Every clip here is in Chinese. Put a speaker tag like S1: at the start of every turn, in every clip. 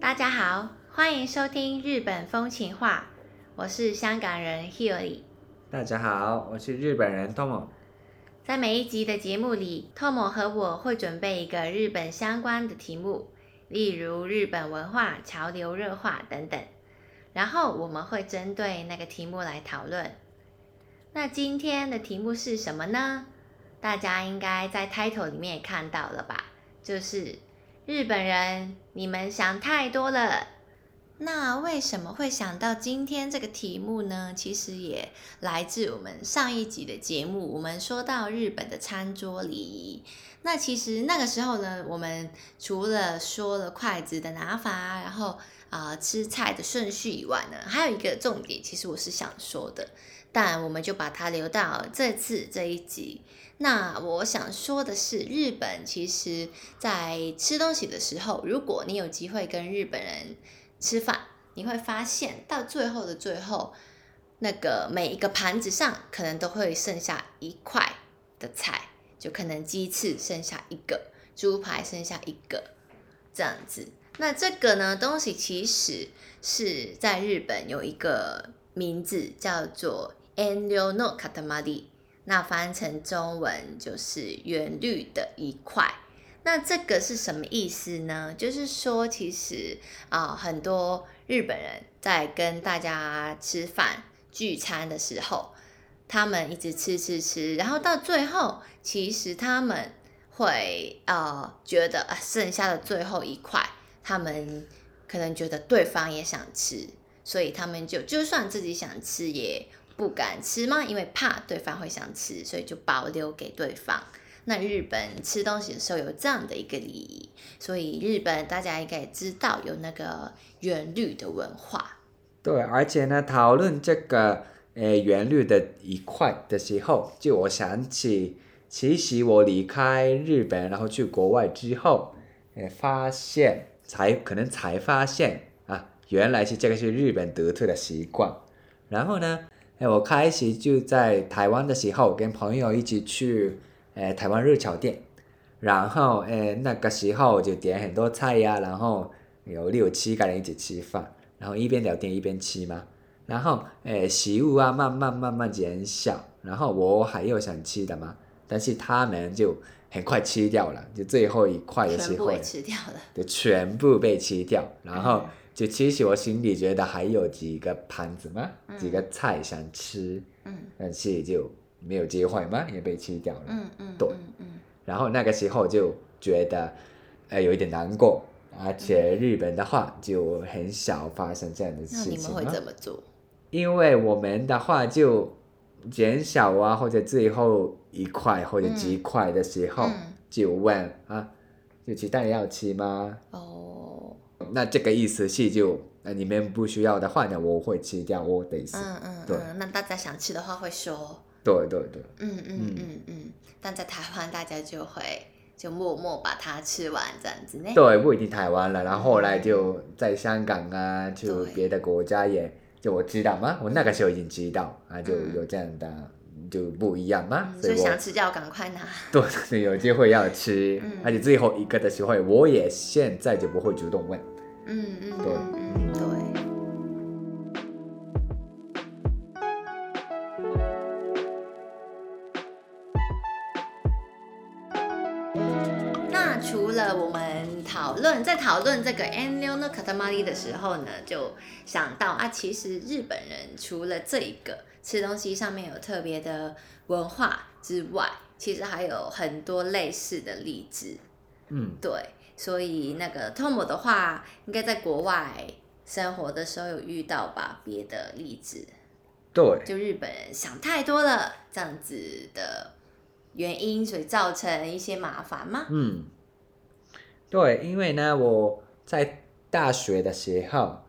S1: 大家好，欢迎收听《日本风情话》，我是香港人 Hilary。
S2: 大家好，我是日本人 Tomo。
S1: 在每一集的节目里，Tom 和我会准备一个日本相关的题目，例如日本文化潮流热化等等，然后我们会针对那个题目来讨论。那今天的题目是什么呢？大家应该在 title 里面也看到了吧？就是日本人，你们想太多了。那为什么会想到今天这个题目呢？其实也来自我们上一集的节目，我们说到日本的餐桌礼仪。那其实那个时候呢，我们除了说了筷子的拿法，然后啊、呃吃菜的顺序以外呢，还有一个重点，其实我是想说的，但我们就把它留到这次这一集。那我想说的是，日本其实在吃东西的时候，如果你有机会跟日本人吃饭，你会发现到最后的最后，那个每一个盘子上可能都会剩下一块的菜，就可能鸡翅剩下一个，猪排剩下一个，这样子。那这个呢东西其实是在日本有一个名字叫做 “en ryo no katamari”，那翻成中文就是圆绿的一块。那这个是什么意思呢？就是说，其实啊、很多日本人在跟大家吃饭聚餐的时候，他们一直吃吃吃，然后到最后，其实他们会呃觉得啊剩下的最后一块，他们可能觉得对方也想吃，所以他们就就算自己想吃也不敢吃嘛，因为怕对方会想吃，所以就保留给对方。那日本吃东西的时候有这样的一个礼仪，所以日本大家应该也知道有那个圆律的文化。
S2: 对，而且呢，讨论这个呃圆律的一块的时候，就我想起，其实我离开日本，然后去国外之后，呃，发现才可能才发现啊，原来是这个是日本独特的习惯。然后呢，哎，我开始就在台湾的时候，跟朋友一起去呃台湾热炒店，然后呃那个时候就点很多菜呀、然后有六七个人一起吃饭，然后一边聊天一边吃嘛。然后呃食物啊慢慢慢慢减少，然后我还有想吃的嘛，但是他们就很快吃掉了，就最后一块的
S1: 全
S2: 时
S1: 部
S2: 候
S1: 也吃掉了。
S2: 就全部被吃掉，然后就其实我心里觉得还有几个盘子嘛，
S1: 嗯
S2: 几个菜想吃，
S1: 嗯
S2: 但是就没有机会嘛，也被吃掉了。
S1: 嗯嗯，
S2: 对
S1: 嗯嗯
S2: 然后那个时候就觉得，呃，有一点难过，而且日本的话就很少发生这样的
S1: 那
S2: 事
S1: 你
S2: 情
S1: 们会
S2: 嘛
S1: 怎么做？
S2: 因为我们的话就减少啊，或者最后一块或者几块的时候，
S1: 嗯
S2: 就问啊，就鸡蛋要吃吗？
S1: 哦，
S2: 那这个意思是就，呃，你们不需要的话呢，我会吃掉我的意思。
S1: 嗯嗯
S2: 对
S1: 嗯，那大家想吃的话会说，
S2: 对对对，
S1: 嗯嗯
S2: 嗯
S1: 嗯嗯，但在台湾大家就会就默默把它吃完这样子呢。
S2: 对，不一定台湾了。然后后来就在香港啊，就
S1: 对
S2: 别的国家也，就我知道嘛，我那个时候已经知道啊，就
S1: 嗯
S2: 有这样的就不一样嘛，
S1: 嗯，
S2: 啊所
S1: 所以
S2: 以我
S1: 想吃就要赶快拿。
S2: 对对有机会要吃，
S1: 嗯
S2: 而且最后一个的时候，我也现在就不会主动问。
S1: 嗯嗯
S2: 对
S1: 嗯，对。那除了我们讨论在讨论这个 N 六呢 Katamari 的时候呢，就想到啊，其实日本人除了这一个吃东西上面有特别的文化之外，其实还有很多类似的例子。
S2: 嗯，
S1: 对，所以那个 Tom 的话，应该在国外生活的时候有遇到吧？别的例子，
S2: 对，
S1: 就日本人想太多了这样子的原因，所以造成一些麻烦吗？
S2: 嗯，对，因为呢，我在大学的时候，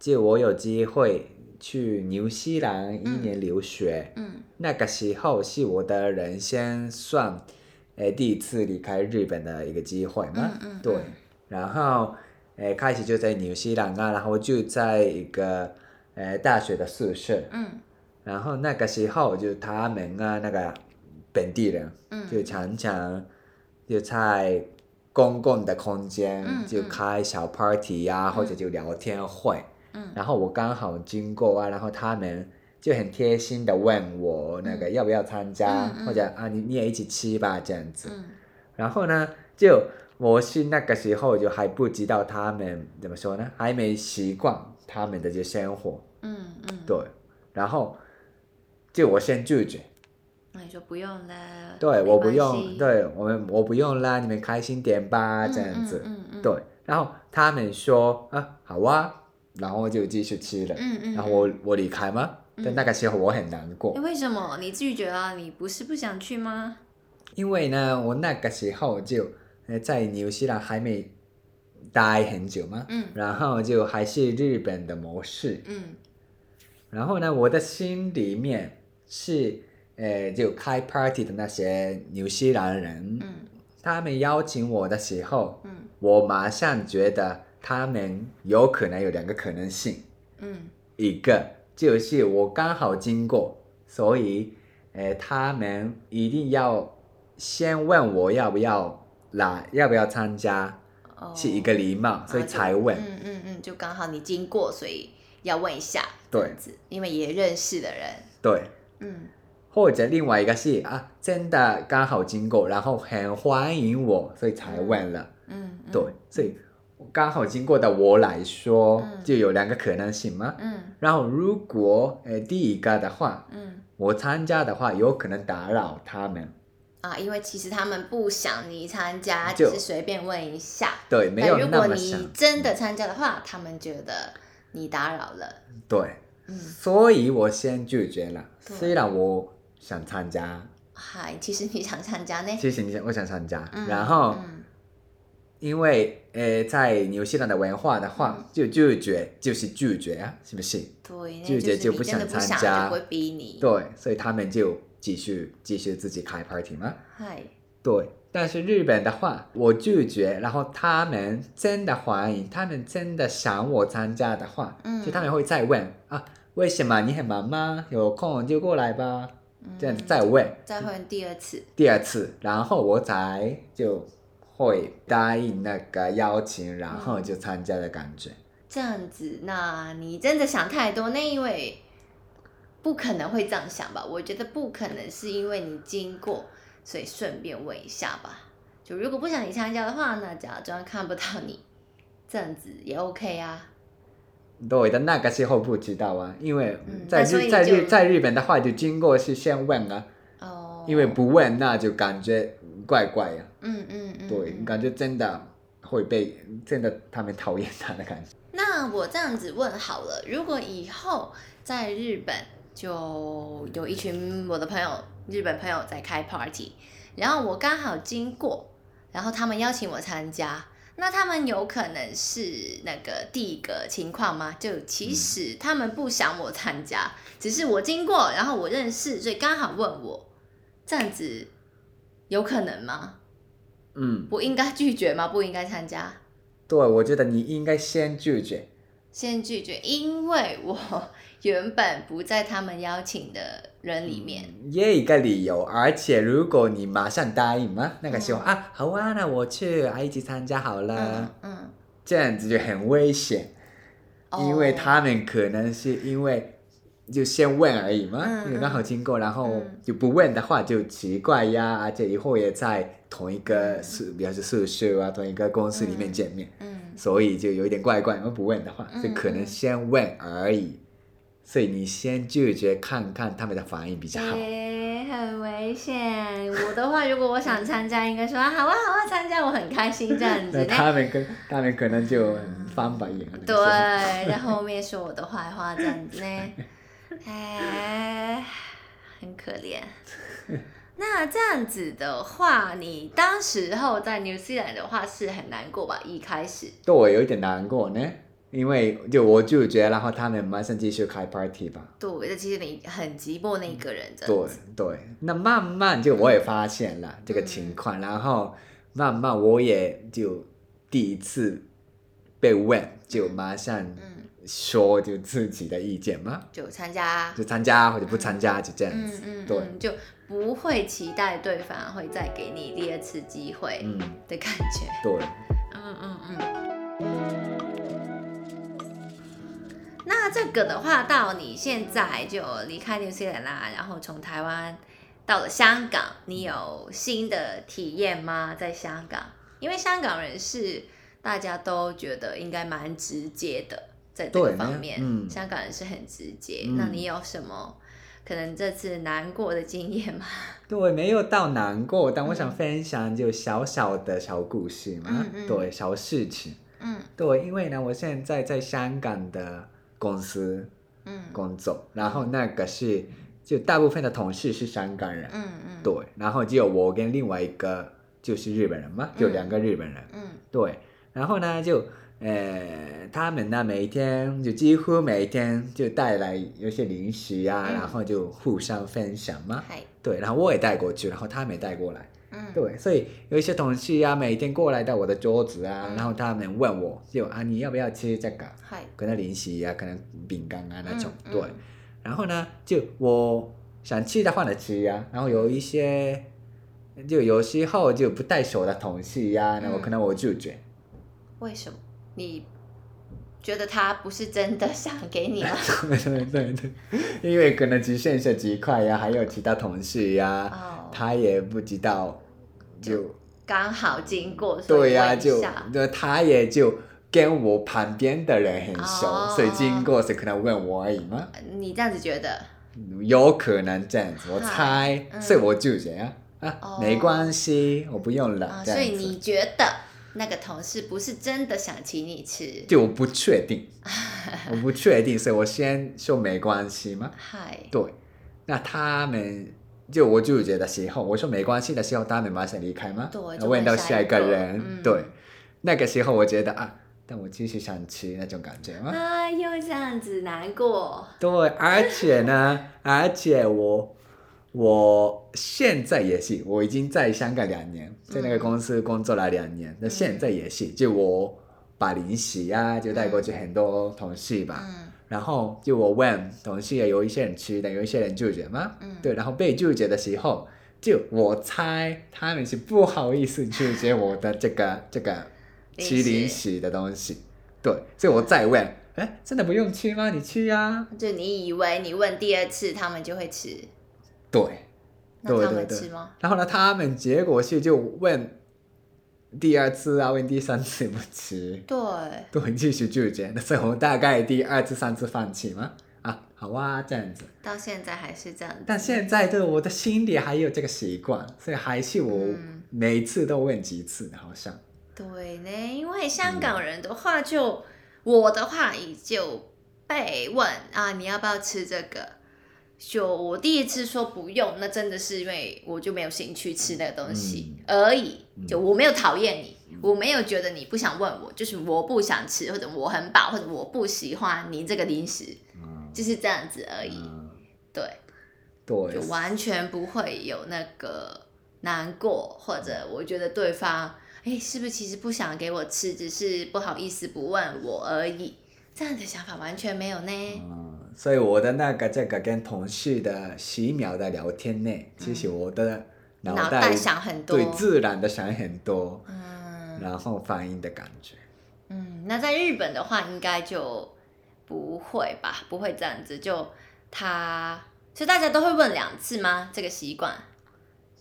S2: 就我有机会去纽西兰一
S1: 嗯
S2: 年留学，
S1: 嗯
S2: 那个时候是我的人生算，呃，第一次离开日本的一个机会嘛
S1: 嗯，嗯，
S2: 对
S1: 嗯，
S2: 然后，呃，开始就在纽西兰啊，然后就在一个呃大学的宿舍，
S1: 嗯
S2: 然后那个时候就他们啊那个本地人。
S1: 嗯，
S2: 就常常就在公共的空间，
S1: 嗯
S2: 就
S1: 嗯
S2: 开小 party 呀、或者就聊天会。
S1: 嗯
S2: 然后我刚好经过啊，然后他们就很贴心的问我那个要不要参加，
S1: 嗯嗯
S2: 或者啊你你也一起吃吧这样子。
S1: 嗯
S2: 然后呢，就我是那个时候就还不知道他们怎么说呢，还没习惯他们的这生活，
S1: 嗯嗯，
S2: 对。然后就我先拒绝，
S1: 那你说不用了，
S2: 对，我不
S1: 没关
S2: 用，
S1: 系，
S2: 对我们我不用啦，你们开心点吧，
S1: 嗯
S2: 这样子，
S1: 嗯嗯，嗯，
S2: 对。然后他们说啊，好啊，然后就继续吃了。
S1: 嗯嗯，
S2: 然后
S1: 嗯
S2: 我我离开吗？
S1: 嗯
S2: 但那个时候我很难过
S1: 诶，为什么你拒绝了？你不是不想去吗？
S2: 因为呢，我那个时候就呃在纽西兰还没待很久嘛，
S1: 嗯
S2: 然后就还是日本的模式。
S1: 嗯
S2: 然后呢，我的心里面是呃，就开 party 的那些纽西兰人，
S1: 嗯
S2: 他们邀请我的时候，
S1: 嗯
S2: 我马上觉得他们有可能有两个可能性，
S1: 嗯
S2: 一个就是我刚好经过，所以呃，他们一定要先问我要不要来，要不要参加，
S1: 哦，
S2: 是一个礼貌，所以才问。
S1: 嗯嗯嗯，就刚好你经过，所以要问一下，
S2: 对
S1: 这样子，因为也认识的人，
S2: 对，
S1: 嗯
S2: 或者另外一个是啊，真的刚好经过，然后很欢迎我，所以才问了。
S1: 嗯，嗯
S2: 对，，所以刚好经过的我来说，
S1: 嗯
S2: 就有两个可能性嘛。
S1: 嗯
S2: 然后如果呃第一个的话，
S1: 嗯
S2: 我参加的话，有可能打扰他们。
S1: 啊，因为其实他们不想你参加，只
S2: 就是
S1: 随便问一下。
S2: 对，没
S1: 但
S2: 有
S1: 如
S2: 那
S1: 果
S2: 么想嗯
S1: 你。真的参加的话，他们觉得你打扰了。
S2: 对，
S1: 嗯，
S2: 所以我先拒绝了。
S1: 对
S2: 虽然我想参加，
S1: 嗨，其实你想参加呢？
S2: 其实你想我想参加，
S1: 嗯
S2: 然后
S1: 嗯
S2: 因为呃，在纽西兰的文化的话，
S1: 嗯
S2: 就拒绝就是拒绝啊，是不是？
S1: 对，那
S2: 拒
S1: 就
S2: 绝
S1: 是
S2: 就
S1: 你
S2: 不
S1: 真的
S2: 想
S1: 不
S2: 参
S1: 想，
S2: 加
S1: 就不会逼你。
S2: 对，所以他们就继续继续自己开 party 嘛。
S1: 嗨，
S2: 对，但是日本的话，我拒绝，然后他们真的欢迎，他们真的想我参加的话，
S1: 嗯
S2: 就他们会再问啊，为什么你很忙吗？有空就过来吧，这样
S1: 嗯
S2: 再问
S1: 再换第二次。
S2: 第二次，然后我才就会答应那个邀请，然后就参加的感觉。
S1: 这样子，那你真的想太多，那因为不可能会这样想吧？我觉得不可能是因为你经过，所以顺便问一下吧。就如果不想你参加的话，那假装看不到你，这样子也 OK 啊。
S2: 对的，那个时候不知道啊，因为
S1: 嗯
S2: 在
S1: 那所
S2: 日、
S1: 以
S2: 在日
S1: 就
S2: 在日本的话，就经过是先问啊，
S1: 哦，
S2: 因为不问那就感觉怪怪啊呀、
S1: 嗯嗯嗯，
S2: 对，
S1: 嗯
S2: 感觉真的会被真的他们讨厌他的感觉。
S1: 那我这样子问好了，如果以后在日本就有一群我的朋友，日本朋友在开 party，然后我刚好经过，然后他们邀请我参加，那他们有可能是那个第一个情况吗？就其实他们不想我参加，只是我经过，然后我认识，所以刚好问我，这样子有可能吗？
S2: 嗯，
S1: 我应该拒绝吗？不应该参加？
S2: 对，我觉得你应该先拒绝。
S1: 先拒绝，因为我原本不在他们邀请的人里面。
S2: 也一个理由，而且如果你马上答应嘛，那个时候、啊，好啊，那我去啊，一起参加好了，
S1: 嗯嗯，
S2: 这样子就很危险，
S1: 哦
S2: 因为他们可能是因为就先问而已嘛，
S1: 嗯
S2: 因为刚好经过，然后
S1: 嗯
S2: 就不问的话就奇怪呀，而且以后也在同一个
S1: 嗯
S2: 宿，比如说宿舍啊，同一个公司里面
S1: 嗯
S2: 见面，
S1: 嗯
S2: 所以就有点怪怪。我们不问的话，
S1: 嗯
S2: 就可能先问而已。所以你先拒绝看看他们的反应比较好。
S1: 诶、很危险。我的话，如果我想参加，应该说啊好啊好啊，参加我很开心这样
S2: 那
S1: 子。
S2: 他们跟他们可能就翻白眼了。
S1: 对，然后后面说我的坏话这样子呢，哎，很可 怜。那这样子的话，你当时候在 New Zealand 的话是很难过吧？一开始，
S2: 对我有一点难过呢，因为就我拒绝，然后他们马上继续开 party 吧。
S1: 对，这其实你很寂寞那一个人这
S2: 嗯对
S1: 样子。
S2: 对，那慢慢就我也发现了这个情况，
S1: 嗯
S2: 然后慢慢我也就第一次被问，就马上
S1: 嗯，
S2: 说就自己的意见嘛，
S1: 就参加，
S2: 就参加或者不参加，就这样
S1: 嗯
S2: 子。
S1: 嗯
S2: 对
S1: 嗯，就不会期待对方会再给你第二次机会
S2: 嗯，
S1: 的感觉。
S2: 对，
S1: 嗯嗯嗯。那这个的话，到你现在就离开纽西兰啦，然后从台湾到了香港，你有新的体验吗？在香港，因为香港人是大家都觉得应该蛮直接的，在这
S2: 对
S1: 个
S2: 呢
S1: 方面，
S2: 嗯
S1: 香港人是很直接。
S2: 嗯
S1: 那你有什么可能这次难过的经验吗？
S2: 对，没有到难过，但我
S1: 嗯
S2: 想分享就小小的小故事嘛，
S1: 嗯嗯
S2: 对，小事情。
S1: 嗯
S2: 对，因为呢，我现在在香港的公司
S1: 嗯
S2: 工作，然后那个是就大部分的同事是香港人，
S1: 嗯嗯，
S2: 对，然后只有我跟另外一个就是日本人嘛，就
S1: 嗯
S2: 两个日本人，
S1: 嗯
S2: 对，然后呢就呃，他们呢每天就几乎每天就带来有些零食啊，
S1: 嗯
S2: 然后就互相分享嘛，
S1: 嗨，
S2: 对，然后我也带过去，然后他们也带过来。
S1: 嗯
S2: 对，所以有一些同事啊，每天过来到我的桌子啊，
S1: 嗯
S2: 然后他们问我，就啊你要不要吃这个？
S1: 嗨，
S2: 可能零食啊，可能饼干啊那种。
S1: 嗯
S2: 对，
S1: 嗯
S2: 然后呢，就我想吃的话呢吃啊，然后有一些就有时候就不带手的同事呀、那我
S1: 嗯
S2: 可能我拒绝。
S1: 为什么？你觉得他不是真的想给你 吗？
S2: 对对对，因为可能只剩下几块呀、还有其他同事呀、
S1: 哦，
S2: 他也不知道就
S1: 刚好经过，所以
S2: 对呀、
S1: 问一
S2: 就
S1: 下
S2: 就他也就跟我旁边的人很熟，
S1: 哦
S2: 所以经过谁可能问我而已嘛，
S1: 你这样子觉得，
S2: 有可能这样子，我猜，
S1: 嗯
S2: 所以我拒绝啊啊，
S1: 哦
S2: 没关系，我不用了，
S1: 啊，
S2: 这
S1: 所以
S2: 样子，
S1: 你觉得那个同事不是真的想请你吃？
S2: 就我不确定，我不确定，所以我先说没关系嘛，
S1: 嗨，
S2: 对，那他们。就我拒绝的时候，我说没关系的时候，他们马上离开吗？
S1: 对，
S2: 然
S1: 就
S2: 后问到下
S1: 下
S2: 一个人，
S1: 嗯
S2: 对，那个时候我觉得啊，但我继续想吃那种感觉吗？
S1: 啊，又这样子难过，
S2: 对，而且 呢，而且我我现在也是，我已经在香港两年，在那个公司工作了两
S1: 嗯
S2: 年，那、现在也是，就我把零食啊，就带过去很多同事吧，
S1: 嗯
S2: 然后就我问同事，有一些人吃的，有一些人拒绝嘛，
S1: 嗯，
S2: 对，然后被拒绝的时候。就我猜他们是不好意思拒绝我的这个这个
S1: 零
S2: 吃
S1: 食
S2: 零食的东西，对，所以我再问，哎，真的不用吃吗？你啊吃呀、
S1: 就你以为你问第二次他们就会吃，
S2: 对，
S1: 那
S2: 对
S1: 他们
S2: 对对
S1: 吃吗？
S2: 然后呢，他们结果是就问第二次啊，问第三次不吃，
S1: 对，
S2: 都很继续拒绝。那所以我大概第二次、三次放弃嘛，啊，好啊，这样子。
S1: 到现在还是这样子。
S2: 但现在对我的心里还有这个习惯，所以还是我
S1: 嗯
S2: 每次都问几次，好像。
S1: 对呢，因为香港人的话就，我的话也就被问啊，你要不要吃这个？就我第一次说不用，那真的是因为我就没有兴趣吃那个东西、而已。就我没有讨厌你，我没有觉得你不想问我，就是我不想吃，或者我很饱，或者我不喜欢你这个零食，
S2: 嗯，
S1: 就是这样子而已。
S2: 嗯
S1: 对，
S2: 对
S1: 就，完全不会有那个难过，或者我觉得对方哎是不是其实不想给我吃，只是不好意思不问我而已，这样的想法完全没有呢。
S2: 嗯，所以我的那个这个跟同事的十秒的聊天内，其实我的脑
S1: 脑
S2: 袋
S1: 袋想很多，
S2: 对自然的想很多，
S1: 嗯
S2: 然后反应的感觉。
S1: 嗯，那在日本的话应该就不会吧，不会这样子，就他所以大家都会问两次吗？这个习惯，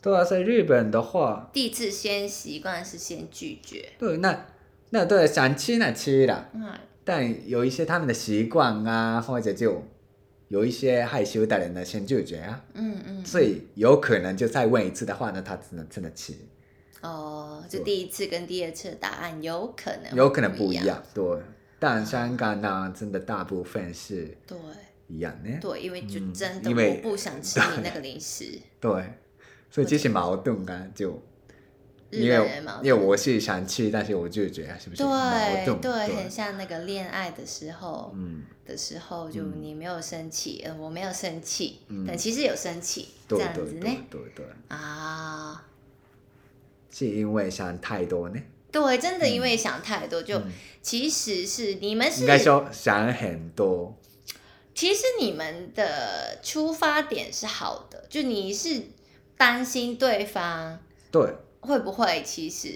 S2: 对啊，在日本的话，
S1: 第一次先习惯是先拒绝，
S2: 对，那那对想吃那吃了，
S1: 嗯
S2: 但有一些他们的习惯啊，或者就有一些害羞的人呢，先拒绝啊，
S1: 嗯嗯，
S2: 所以有可能就再问一次的话呢，他只能真的吃，
S1: 哦，就
S2: 对
S1: 第一次跟第二次的答案有可能
S2: 有可能
S1: 不
S2: 不
S1: 一
S2: 一
S1: 样。
S2: 样，对。但香港呢，真的大部分是
S1: 对
S2: 一样呢，
S1: 对，因为就
S2: 嗯
S1: 真的
S2: 因为
S1: 我不想吃你那个零 食，
S2: 对，所以这些矛盾啊，就
S1: 日
S2: 因为
S1: 本人嘛，
S2: 因为我是想吃，但是我拒绝，是不是？矛
S1: 对
S2: 盾，
S1: 对，很像那个恋爱的时候
S2: 嗯，
S1: 的时候，就
S2: 嗯
S1: 你没有生气，呃，我没有生气，
S2: 嗯
S1: 但其实有生气，这
S2: 对
S1: 样
S2: 对
S1: 子
S2: 对
S1: 呢
S2: 对对。
S1: 啊。
S2: 是因为想太多呢？
S1: 对，真的因为想太多，就其实是你们是
S2: 嗯应该说想很多，
S1: 其实你们的出发点是好的，就你是担心对方
S2: 对
S1: 会不会其实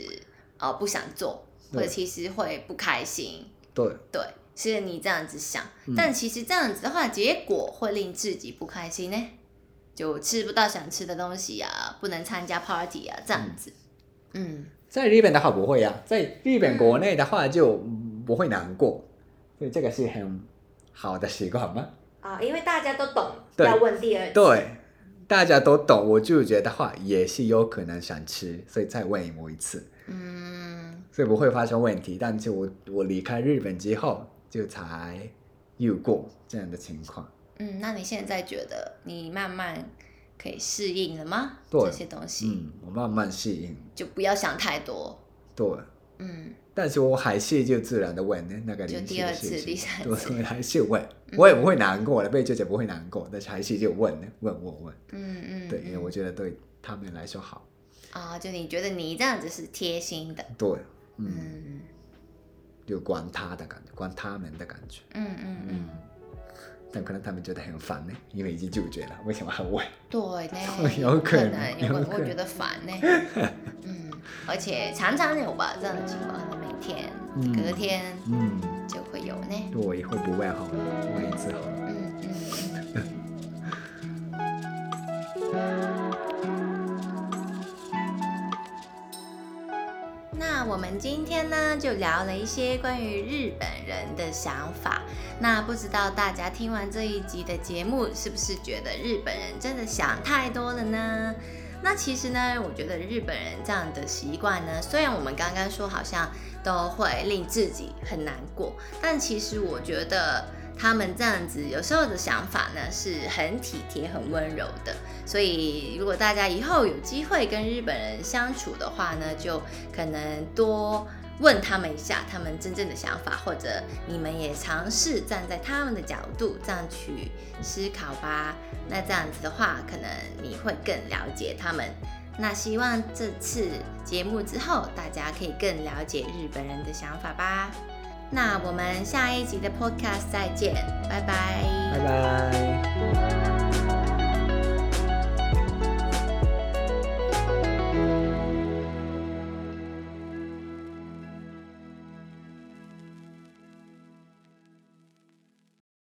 S1: 呃不想做，或者
S2: 对
S1: 其实会不开心，
S2: 对
S1: 对，是你这样子想，
S2: 嗯
S1: 但其实这样子的话，结果会令自己不开心呢，就吃不到想吃的东西啊，不能参加 party 啊，这样子，嗯，
S2: 在日本的话不会呀、啊在日本国内的话就不会难过，所以这个是很好的习惯吗？
S3: 啊，因为大家都懂，
S2: 对
S3: 要问第二次。
S2: 对，大家都懂，我拒绝的话也是有可能想吃，所以再问我一次，
S1: 嗯，
S2: 所以不会发生问题。但是我我离开日本之后就才遇过这样的情况。
S1: 嗯，那你现在觉得你慢慢可以适应了吗？
S2: 对
S1: 这些东西、
S2: 嗯，我慢慢适应。
S1: 就不要想太多，
S2: 对，
S1: 嗯，
S2: 但是我还是就自然的问呢那个
S1: 就
S2: 零食
S1: 第二
S2: 的
S1: 次
S2: 事情，
S1: 第三次嗯
S2: 对， 还是问，我也不会难过了，被拒绝不会难过，但是还是就问呢，问问问，
S1: 嗯嗯，
S2: 对，因为
S1: 嗯
S2: 我觉得对他们来说好，
S1: 啊、就你觉得你这样子是贴心的，
S2: 对，嗯，
S1: 嗯
S2: 就管他的感觉，管他们的感觉。
S1: 嗯嗯
S2: 嗯
S1: 嗯，，
S2: 但可能他们觉得很烦呢，因为已经拒绝了，为什么还问？，
S1: 对 呢
S2: 有
S1: 可
S2: 可能
S1: 能，
S2: 有
S1: 有可能
S2: 可
S1: 会
S2: 能
S1: 觉得烦 呢，嗯，而且常常有吧这样的情况，每天、
S2: 嗯
S1: 隔天
S2: 嗯，
S1: 就会有呢，
S2: 我以后不问好了，问一次好了。
S1: 嗯嗯嗯嗯，那我们今天呢，就聊了一些关于日本人的想法。那不知道大家听完这一集的节目，是不是觉得日本人真的想太多了呢？那其实呢，我觉得日本人这样的习惯呢，虽然我们刚刚说好像都会令自己很难过，但其实我觉得他们这样子有时候的想法呢，是很体贴、很温柔的。所以，如果大家以后有机会跟日本人相处的话呢，就可能多问他们一下他们真正的想法，或者你们也尝试站在他们的角度这样去思考吧。那这样子的话，可能你会更了解他们。那希望这次节目之后，大家可以更了解日本人的想法吧。那 我们下一集的 Podcast 再见，拜拜
S2: 拜拜。